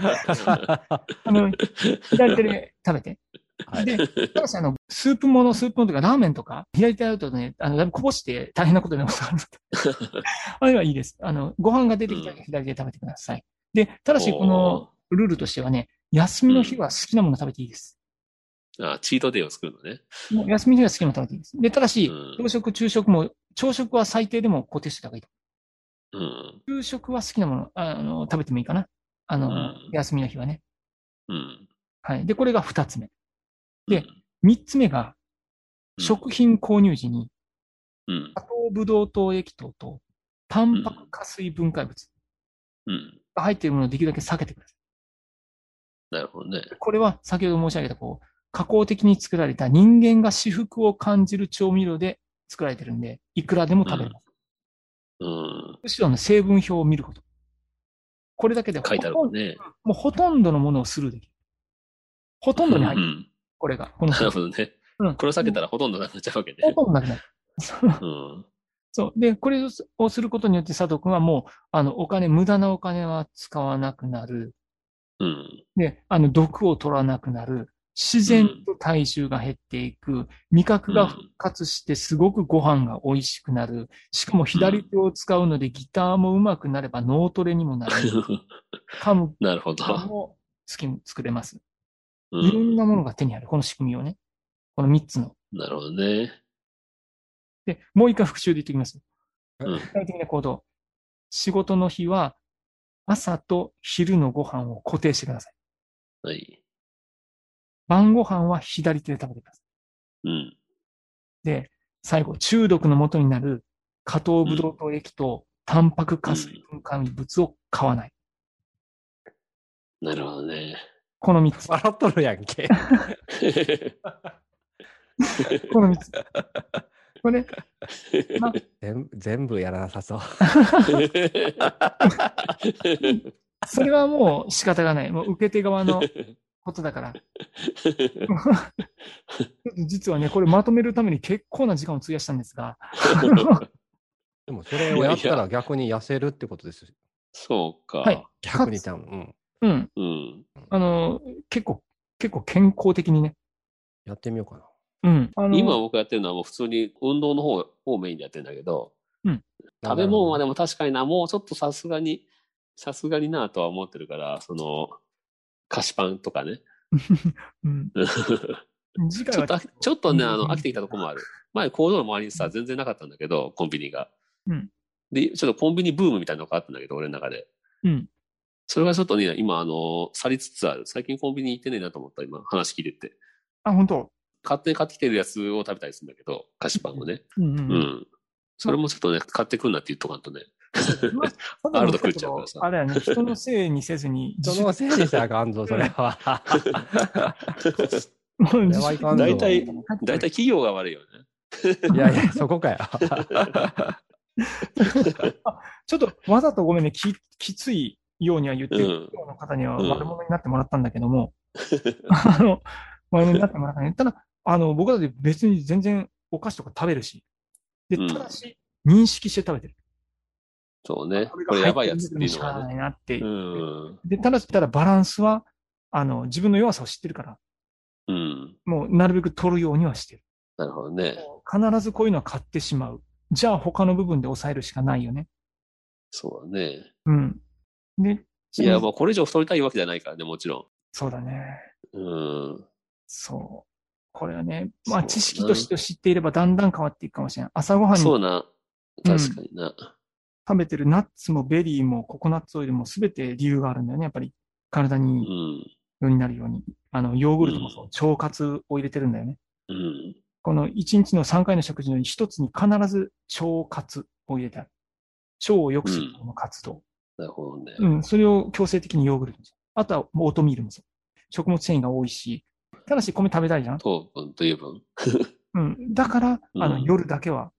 Speaker 3: あの、 左手で食べて。
Speaker 4: はい
Speaker 3: で、ただしあの、スープもの、スープものとか、ラーメンとか、左手だとね、あの、だいぶこぼして大変なことになることがあるので。あれはいいです。あの、ご飯が出てきたら左手で食べてください。で、ただし このルールとしてはね、休みの日は好きなもの食べていいです。
Speaker 2: おーあ、チートデイを作るのね。
Speaker 3: もう休みの日は好きなの食べていいです。で、ただし
Speaker 2: うん、
Speaker 3: 朝食、昼食も、朝食は最低でも固定してた方がいいと。
Speaker 2: うん。
Speaker 3: 昼食は好きなもの、ああの、食べてもいいかな。あの、
Speaker 2: うん
Speaker 3: 休みの日はね。
Speaker 2: うん。
Speaker 3: はい。で、これが二つ目。で
Speaker 2: うん、
Speaker 3: 三つ目が、食品購入時に、
Speaker 2: うん。
Speaker 3: 砂糖、ブドウ糖、液糖と、タンパク化水分解物
Speaker 2: うん。
Speaker 3: が入っているものをできるだけ避けてくださ
Speaker 2: なるほどね。
Speaker 3: い。これは、先ほど申し上げた、こう、加工的に作られた人間が至福を感じる調味料で作られてるんで、いくらでも食べれます。
Speaker 2: うん。
Speaker 3: 後ろの成分表を見ること。これだけで
Speaker 2: 書いてあるもんね。
Speaker 3: もうほとんどのものをスルーできる。ほとんどに入
Speaker 2: う
Speaker 3: る、
Speaker 2: ん。
Speaker 3: これが。こ の
Speaker 2: なるほどね
Speaker 3: うん。
Speaker 2: これを避けたらほとんどなくなっちゃうわけね。
Speaker 3: ほとんどなくなる。
Speaker 2: うん。
Speaker 3: そう。で、これをすることによって佐藤くんはもう、あの、お金、無駄なお金は使わなくなる。
Speaker 2: うん。
Speaker 3: で、あの、毒を取らなくなる。自然と体重が減っていく。味覚が復活して、すごくご飯が美味しくなる。しかも左手を使うので、ギターも上手くなれば脳トレにもなる。噛む
Speaker 2: なるほ
Speaker 3: 時間
Speaker 2: ど。
Speaker 3: も好きに作れます。
Speaker 2: う
Speaker 3: いろん
Speaker 2: ん。
Speaker 3: なものが手にある。この仕組みをね。この3つの。
Speaker 2: なるほどね。
Speaker 3: で、もう一回復習で言っておきます。
Speaker 2: うん
Speaker 3: 具体的な行動。仕事の日は、朝と昼のご飯を固定してください。
Speaker 2: はい。
Speaker 3: 晩ご飯は左手で食べてくださ
Speaker 2: うん。
Speaker 3: い。で、最後、中毒の元になる、加糖ブドウ糖液と、タンパク化水分解物を買わない。
Speaker 2: なるほどね。
Speaker 3: この3つ。
Speaker 4: 笑っとるやんけ。
Speaker 3: この3つ。これ、
Speaker 4: 全全部やらなさそう。
Speaker 3: それはもう仕方がない。もう受け手側のことだから。実はね、これまとめるために結構な時間を費やしたんです が、
Speaker 4: でもそれをやったら逆に痩せるってことです。
Speaker 2: そうか。
Speaker 3: はい
Speaker 4: 逆にちゃん。うん。
Speaker 3: うん、
Speaker 2: うん。
Speaker 3: あの、結構、結構健康的にね。
Speaker 4: やってみようかな。
Speaker 3: うん。あの
Speaker 2: 今僕やってるのはもう普通に運動の方をメインでやってるんだけど、食べ物は
Speaker 4: で
Speaker 2: でも確かにな、もうちょっとさすがにさすがになとは思ってるから、その、菓子パンとかね。
Speaker 3: うん。
Speaker 2: ち
Speaker 3: 次回
Speaker 2: ょ
Speaker 3: は
Speaker 2: っと飽き、ちょっとね、
Speaker 3: うん
Speaker 2: あの、飽きてきたとこもある。前、工場の周りにさ、全然なかったんだけど、コンビニが。
Speaker 3: うん
Speaker 2: で、ちょっとコンビニブームみたいなのがあったんだけど、俺の中で。
Speaker 3: うん。
Speaker 2: それがちょっとね、今、あの、去りつつある。最近コンビニ行ってねえなと思った、今、話聞いてて。
Speaker 3: あ、本当
Speaker 2: 勝手に買ってきてるやつを食べたりするんだけど、菓子パンをね。
Speaker 3: うんう
Speaker 2: うんん。それもちょっとね、買ってくんなって言っとかんとね。
Speaker 3: ただ
Speaker 2: あ
Speaker 3: の
Speaker 2: ると食っちゃうからさ
Speaker 3: あれやね、人のせいにせ ずに、
Speaker 4: 人のせいにしたらあかんぞ、それは。
Speaker 3: もう
Speaker 4: それはいかんぞ。
Speaker 2: 大体、大体企業が悪いよね。
Speaker 4: いやいや、そこかよ。
Speaker 3: ちょっとわざとごめんね、ききついようには言ってる、
Speaker 2: うん
Speaker 3: 企業の方には
Speaker 2: うん
Speaker 3: 悪者になってもらったんだけども、 あの、悪者になってもらったね。ただ、あの、僕だって別に全然お菓子とか食べるし、で、
Speaker 2: うん
Speaker 3: ただし、認識して食べてる。
Speaker 2: そうね。
Speaker 3: れ
Speaker 2: これやばいやつっていう
Speaker 3: し
Speaker 2: の
Speaker 3: か
Speaker 2: は
Speaker 3: な
Speaker 2: ね。
Speaker 3: いなって。
Speaker 2: うん。
Speaker 3: で、ただしただバランスは、あの、自分の弱さを知ってるから、
Speaker 2: うん。
Speaker 3: もうなるべく取るようにはしてる。
Speaker 2: なるほどね。
Speaker 3: 必ずこういうのは買ってしまう。じゃあ他の部分で抑えるしかないよね。
Speaker 2: そうだね。
Speaker 3: うん。で、
Speaker 2: いや、まあこれ以上太りたいわけじゃないからね、もちろ
Speaker 3: そうだね。
Speaker 2: ん。うん。
Speaker 3: そう。これはね、まあ
Speaker 2: そうだな
Speaker 3: 知識として知っていればだんだん変わっていくかもしれない。朝ごはんに
Speaker 2: そ
Speaker 3: 食
Speaker 2: うな。
Speaker 3: うん
Speaker 2: 確かにな。
Speaker 3: べてるナッツもベリーもココナッツオイルもすべて理由があるんだよね。やっぱり体
Speaker 2: う
Speaker 3: に
Speaker 2: ん。
Speaker 3: 良になるように。あの、ヨーグルトもそう、腸活を入れてるんだよね。
Speaker 2: うん。
Speaker 3: この1日の3回の食事の一つに必ず腸活を入れてある。腸を良くするこの活動。
Speaker 2: なるほどね。
Speaker 3: うん、それを強制的にヨーグルトにするあとはオートミールもそう。食物繊維が多いし、ただし米食べたいじゃん。
Speaker 2: 糖分と油分
Speaker 3: うん。だから、あの、
Speaker 2: うん
Speaker 3: 夜だけは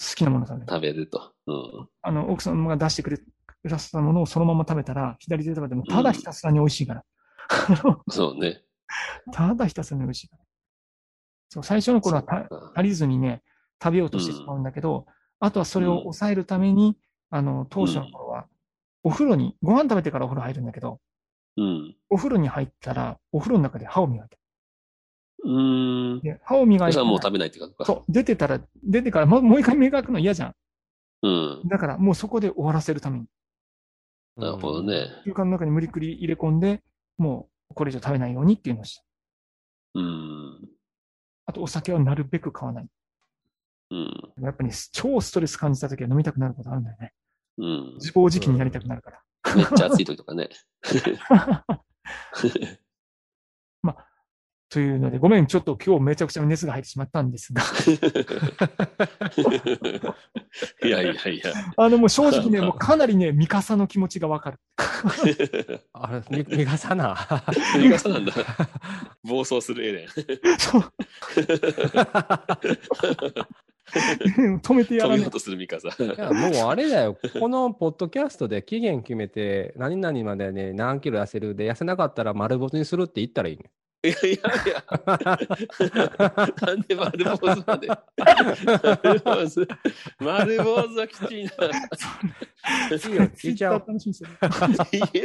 Speaker 3: 好きなもの食べる。
Speaker 2: 食べると。うん。
Speaker 3: あの、奥さんが出してくれ、くださったものをそのまま食べたら、左手で食べても、ただひたすらに美味しいから。
Speaker 2: そうね。
Speaker 3: ただひたすらに美味しいから。そう、最初の頃は
Speaker 2: そ
Speaker 3: た
Speaker 2: うか
Speaker 3: 足りずにね、食べようとしてしまうんだけど、あとはそれを抑えるために、あの、当初の頃は、お風呂に、ご飯食べてからお風呂入るんだけど、
Speaker 2: うん。
Speaker 3: お風呂に入ったら、お風呂の中で歯を磨いて。
Speaker 2: うーん。
Speaker 3: で歯を磨い
Speaker 2: そしたた
Speaker 3: ら
Speaker 2: らもう食べないって書くか。
Speaker 3: そう、出てたら、出てから、まもう一回磨くの嫌じゃん。
Speaker 2: うん。
Speaker 3: だから、もうそこで終わらせるために。
Speaker 2: なるほどね。
Speaker 3: 習慣の中に無理くり入れ込んで、もうこれ以上食べないようにっていうのをした。
Speaker 2: うん。
Speaker 3: あとお酒はなるべく買わない。
Speaker 2: うん。
Speaker 3: やっぱり超ストレス感じた時は飲みたくなることあるんだよね。
Speaker 2: うん。
Speaker 3: 自暴自棄になりたくなるから。
Speaker 2: めっちゃ暑い時とか ね。
Speaker 3: というので、ごめん、ちょっと今日めちゃくちゃ熱が入ってしまったんですが、
Speaker 2: いやいやいや。
Speaker 3: あのもう正直 ね、もうかなりね、ミカサの気持ちがわかる。
Speaker 4: あれ、み 逃さな。
Speaker 2: 逃がさなんだ。暴走するエレン。
Speaker 3: そう。止めてや
Speaker 2: 飛びよ
Speaker 3: らな
Speaker 2: う
Speaker 3: い。
Speaker 2: とするミカさん。
Speaker 4: いや、もうあれだよ。このポッドキャストで期限決めて、何々までね、何キロ痩せるで、痩せなかったら丸ボツにするって言ったらいいね。
Speaker 2: いやいやいや。なんで丸坊主まで。丸坊主。丸坊主はきついな。
Speaker 4: いいよ、聞いちゃお う。
Speaker 3: 楽しみにしてる。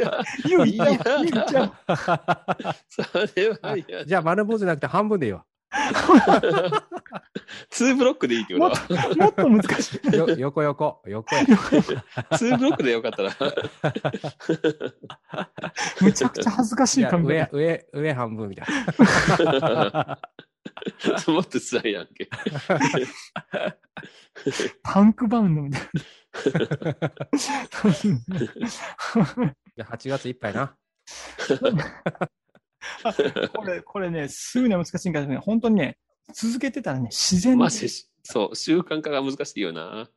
Speaker 2: いや、
Speaker 3: 言う、
Speaker 2: いや
Speaker 3: 言う、言うちゃう。
Speaker 2: それは、いや、
Speaker 4: じゃあ丸坊主じゃなくて半分でいいわ。
Speaker 2: 2ブロックでいいってことは。
Speaker 3: もっと難 しい。
Speaker 4: よ横横、横や。
Speaker 2: 2ブロックでよかったら。
Speaker 3: むちゃくちゃ恥ずかし
Speaker 4: い
Speaker 3: い
Speaker 4: や
Speaker 3: 感
Speaker 4: 上
Speaker 3: じ。、
Speaker 4: 上、上半分みたいな。
Speaker 2: もっと辛いやんけ。
Speaker 3: パンクバウンドみたい な。楽しみですね
Speaker 4: じゃあ8月いっぱいな。
Speaker 3: これ、これね、すぐには難しいからね、本当にね、続けてたらね、自然
Speaker 2: ま
Speaker 3: に
Speaker 2: あ、せそう、習慣化が難しいよな。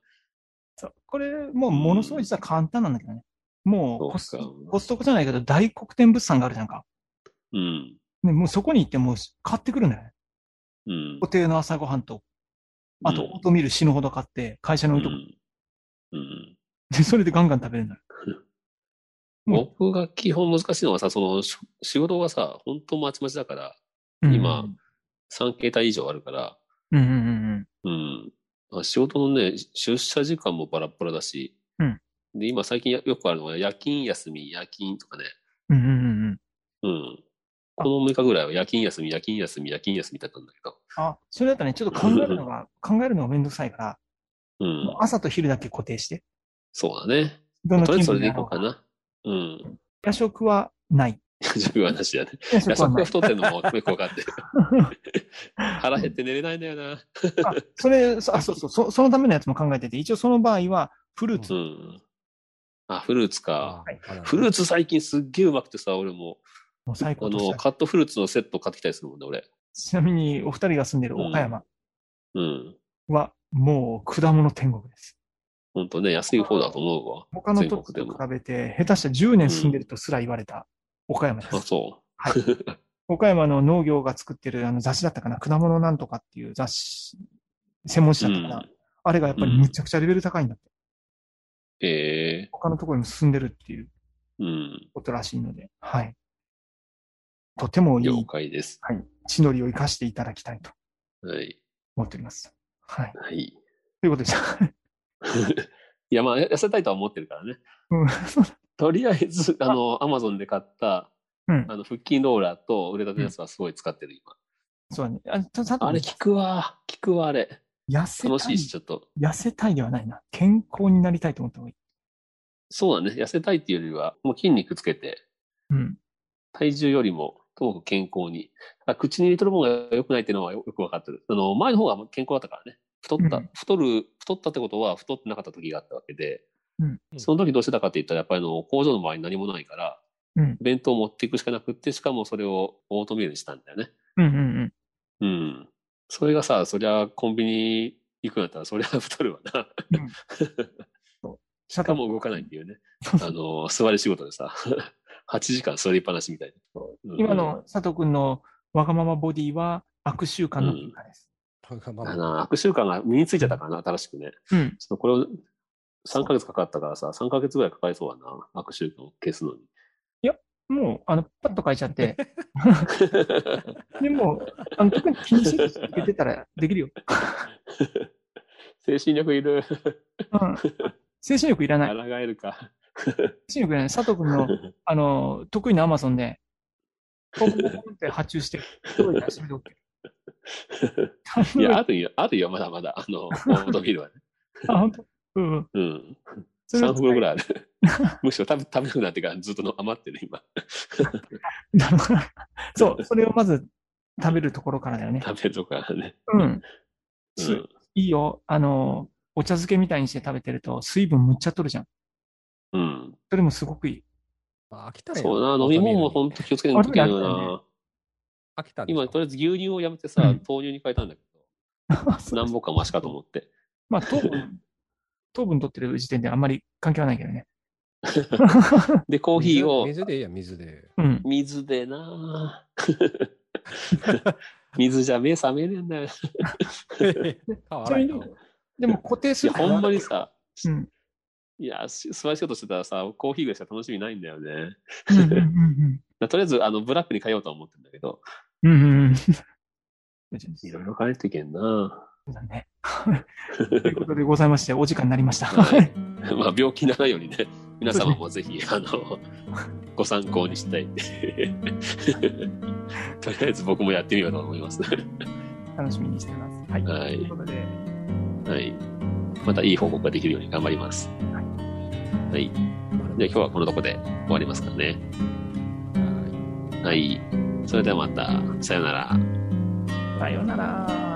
Speaker 3: そうこれ、もうものすごい実は簡単なんだけどね。もうコス
Speaker 2: そうか
Speaker 3: コストコじゃないけど、大黒天物産があるじゃんか。
Speaker 2: うん。
Speaker 3: ね、もうそこに行ってもう買ってくるんだよね。
Speaker 2: うん
Speaker 3: 固。定の朝ごはんと、あと
Speaker 2: うん
Speaker 3: オートミール死ぬほど買って、会社に
Speaker 2: う
Speaker 3: 置いと
Speaker 2: ん。
Speaker 3: く。
Speaker 2: うん
Speaker 3: で、それでガンガン食べるんだよ。うん
Speaker 2: 僕が基本難しいのはさ、そのし仕事がさ、本当まちまちだから、今3形態以上あるから、
Speaker 3: うんうんうん
Speaker 2: うん。まあ仕事のね、出社時間もバラッバラだし、
Speaker 3: うん
Speaker 2: で、今最近やよくあるのが夜勤休み、夜勤とかね、
Speaker 3: うん。うんうんうんうん。
Speaker 2: うん。この6日ぐらいは夜勤休み、夜勤休み、夜勤休みだったんだけど、
Speaker 3: あ、それだったらね、ちょっと考えるのが、考えるのがめんどくさいから、
Speaker 2: うん
Speaker 3: もう。朝と昼だけ固定して、
Speaker 2: そうだね。
Speaker 3: ど
Speaker 2: とりあえずそれでい
Speaker 3: やろ
Speaker 2: こうかな。うん。
Speaker 3: 夜食はない。
Speaker 2: 食はなしだね。
Speaker 3: 夜
Speaker 2: 夜
Speaker 3: 食は
Speaker 2: 食
Speaker 3: な
Speaker 2: が
Speaker 3: い。
Speaker 2: 太ってるのもよくわかってる。 腹減って寝れないんだよな。
Speaker 3: あそれ、そあそうそうそ、そのためのやつも考えてて、一応その場合は、フルー
Speaker 2: う
Speaker 3: ツ。
Speaker 2: ん。あ、フルーツか。
Speaker 3: はい
Speaker 4: あら
Speaker 2: フルーツ最近すっげえうまくてさ、俺も。
Speaker 3: もう最
Speaker 2: あ
Speaker 3: 高とし
Speaker 2: の、
Speaker 3: た
Speaker 2: カットフルーツのセット買ってきたりするもんね、俺。
Speaker 3: ちなみに、お二人が住んでる岡山
Speaker 2: うん。
Speaker 3: は、もう果物天国です。
Speaker 2: ほんとね、安い方だと思うわ。
Speaker 3: 他のとこと比べて、下手したら10年住んでるとすら言われた岡山で
Speaker 2: あ、
Speaker 3: す。
Speaker 2: そ
Speaker 3: はい。岡山の農業が作ってるあの雑誌だったかな、果物なんとかっていう雑誌、専門誌
Speaker 2: う。う
Speaker 3: だったかな。
Speaker 2: ん。
Speaker 3: あれがやっぱりむちゃくちゃレベル高いんだって。
Speaker 2: ええ
Speaker 3: 他のところにも進んでるっていう
Speaker 2: うん。
Speaker 3: ことらしいので、はい。とてもい
Speaker 2: 了
Speaker 3: い
Speaker 2: 解です。
Speaker 3: 地のりを生かしていただきたいと
Speaker 2: はい。
Speaker 3: 思っております。はい。
Speaker 2: はい。
Speaker 3: ということでした。
Speaker 2: いや、まあ、痩せたいとは思ってるからね。
Speaker 3: うん
Speaker 2: とりあえず、あの、アマゾンで買った、
Speaker 3: うん
Speaker 2: あの、腹筋ローラーと腕立てのやつはすごい使ってる、今。
Speaker 3: そうだね。あたただ
Speaker 2: あれ、効くわ。効くわ、あれ。
Speaker 3: 痩せ
Speaker 2: 楽
Speaker 3: た
Speaker 2: し
Speaker 3: い
Speaker 2: いし、ちょっと。
Speaker 3: 痩せたいではないな。健康になりたいと思った方がいい。
Speaker 2: そうだね。痩せたいっていうよりは、もう筋肉つけて、
Speaker 3: うん。
Speaker 2: 体重よりも、ともかく健康に。あ口に入れとるものが良くないっていうのはよよくわかってる。あの、前の方が健康だったからね。太った、
Speaker 3: うん
Speaker 2: 太る、太ったってことは太ってなかった時があったわけで、
Speaker 3: うん
Speaker 2: その時どうしてたかって言ったら、やっぱりあの、工場の周りに何もないから、
Speaker 3: うん
Speaker 2: 弁当を持っていくしかなくって、しかもそれをオートミールにしたんだよね。
Speaker 3: うんうんうん。
Speaker 2: うん。それがさ、そりゃコンビニ行くんだったら、そりゃ太るわな。
Speaker 3: うん
Speaker 2: しかも動かないっていう ね。あの、座り仕事でさ、8時間座りっぱなしみたいな。うん
Speaker 3: 今の佐藤君のわがままボディは悪習慣の結果です。
Speaker 4: わがま
Speaker 2: あ
Speaker 4: ま
Speaker 2: の悪習慣が身についちゃったからな、新しくね。
Speaker 3: うん。
Speaker 2: ちょっとこれを3ヶ月かかったからさ、3ヶ月ぐらいかかりそうだな、悪習慣を消すの に。
Speaker 3: もう、あの、パッと変えちゃって。でも、あの特に気にせず続けてたらできるよ。
Speaker 2: 精神力いる。
Speaker 3: うん。精神力いらない。
Speaker 2: 抗えるか。
Speaker 3: 精神力いらない。佐藤君 の、あの、得意なアマゾンで、ポンポンポンって発注して、どうやそれで OK。
Speaker 2: いや、あるよ、あるよ、まだまだ。あ の、オートミールはね。
Speaker 3: あ、本当。うんうん。
Speaker 2: うん。
Speaker 3: それ
Speaker 2: 3
Speaker 3: を使い
Speaker 2: 袋ぐらいあ る。むしろ食べ食べなくなってからずっとの余ってる、今。
Speaker 3: なるほど そう、それをまず食べるところからだよね。
Speaker 2: 食べるとかね。
Speaker 3: うん。
Speaker 2: う
Speaker 3: す
Speaker 2: ん。
Speaker 3: いいよ。あの、お茶漬けみたいにして食べてると、水分むっちゃ取るじゃん。
Speaker 2: うん。
Speaker 3: それもすごくいい。
Speaker 4: あ飽きたね
Speaker 2: そうな、飲み物も本当気をつけなきゃいけないよな。
Speaker 4: 飽きたんですか
Speaker 2: 今、とりあえず牛乳をやめてさ、
Speaker 3: うん
Speaker 2: 豆乳に変えたんだけ ど、何本かマシかと思って。
Speaker 3: まあ、糖分、糖分取ってる時点であんまり関係はないけどね。
Speaker 2: で、コーヒーを
Speaker 4: 水水でいいや、水 で。
Speaker 3: うん。
Speaker 2: 水でなぁ 水じゃ目覚めねえんだよ。い
Speaker 4: 変わ
Speaker 3: そ
Speaker 4: ら
Speaker 3: れ
Speaker 4: ん
Speaker 3: に
Speaker 4: よ
Speaker 3: でも固定す
Speaker 2: や、
Speaker 3: る
Speaker 2: ほんまにさ、
Speaker 3: うん。うん
Speaker 2: いや、し座り仕事してたらさ、コーヒーぐらいしか楽しみないんだよね。だか
Speaker 3: うんうん
Speaker 2: らとりあえず、あの、ブラックに変えようとは思ってるんだけど、
Speaker 3: うん。うんうんうん。
Speaker 2: いろいろ変えていけんな
Speaker 3: そうだね。 ということでございまして、お時間になりました。
Speaker 2: ぁ
Speaker 3: は
Speaker 2: はい
Speaker 3: い。
Speaker 2: まあ、病気にならないようにね、皆様もぜひ、あの、ご参考にしたいって とりあえず僕もやってみようと思います。
Speaker 3: 楽しみにしてます。はい。
Speaker 2: はい
Speaker 3: ということで、
Speaker 2: はい。またいい報告ができるように頑張ります。
Speaker 3: は
Speaker 2: はい。じゃあ今日はこのとこで終わりますかね。はい。それではまた、さよなら。
Speaker 3: さようなら。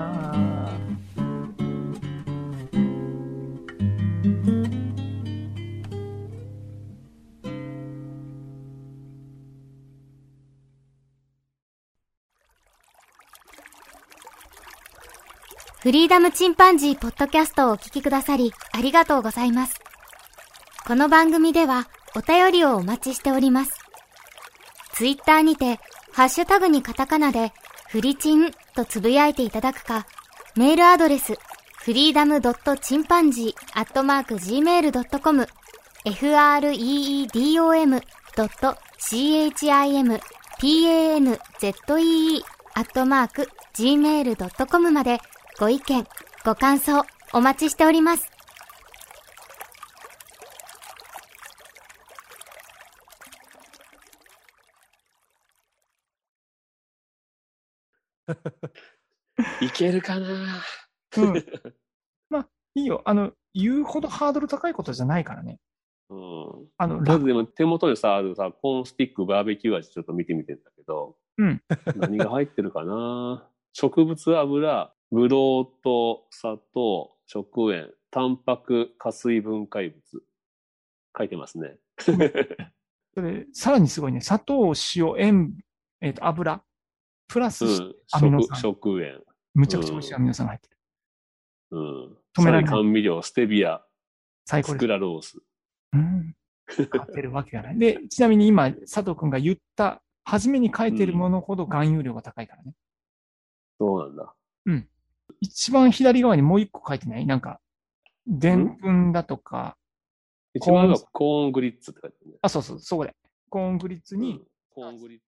Speaker 1: フリーダムチンパンジーポッドキャストをお聞きくださり、ありがとうございます。この番組では、お便りをお待ちしております。ツイッターにて、ハッシュタグにカタカナで、フリチンとつぶやいていただくか、メールアドレス、フリーダムドットチンパンジーアットマーク Gmail.com、freedom ドット chimpanzee アットマーク Gmail.com まで、ご意見、ご感想、お待ちしております。
Speaker 2: いけるかな
Speaker 3: うん。まあ、いいよ。あの、言うほどハードル高いことじゃないからね。
Speaker 2: うん。
Speaker 3: あの、
Speaker 2: ま
Speaker 3: ラ
Speaker 2: ずでも手元でさ、あるさ、コーンスティックバーベキュー味ちょっと見てみてんだけど、
Speaker 3: うん。
Speaker 2: 何が入ってるかな植物油、ブドウ糖、砂糖、食塩、タンパク、加水分解物。書いてますね。
Speaker 3: それ、さらにすごいね。砂糖、塩、塩、えっ、と、油、プラス、
Speaker 2: うん。
Speaker 3: アミノ
Speaker 2: 食、
Speaker 3: 酸
Speaker 2: 食塩。
Speaker 3: むちゃくちゃ美味しいアミノ酸が入ってる。
Speaker 2: うん。
Speaker 3: 止められ
Speaker 2: さら
Speaker 3: ない
Speaker 2: に甘味料、ステビア、
Speaker 3: 最
Speaker 2: ス
Speaker 3: 高です
Speaker 2: ク。ラロース。
Speaker 3: うん。買ってるわけがない。で、ちなみに今、佐藤くんが言った、初めに書いてるものほど含有量が高いからね。
Speaker 2: そうなんだ。
Speaker 3: 一番左側にもう一個書いてないなんか、でんぷんだとか、
Speaker 2: 一番上がコーングリッツって書いてるね。
Speaker 3: あ、そうそう、そこで。コーングリッツに、
Speaker 2: うんコーングリッツ。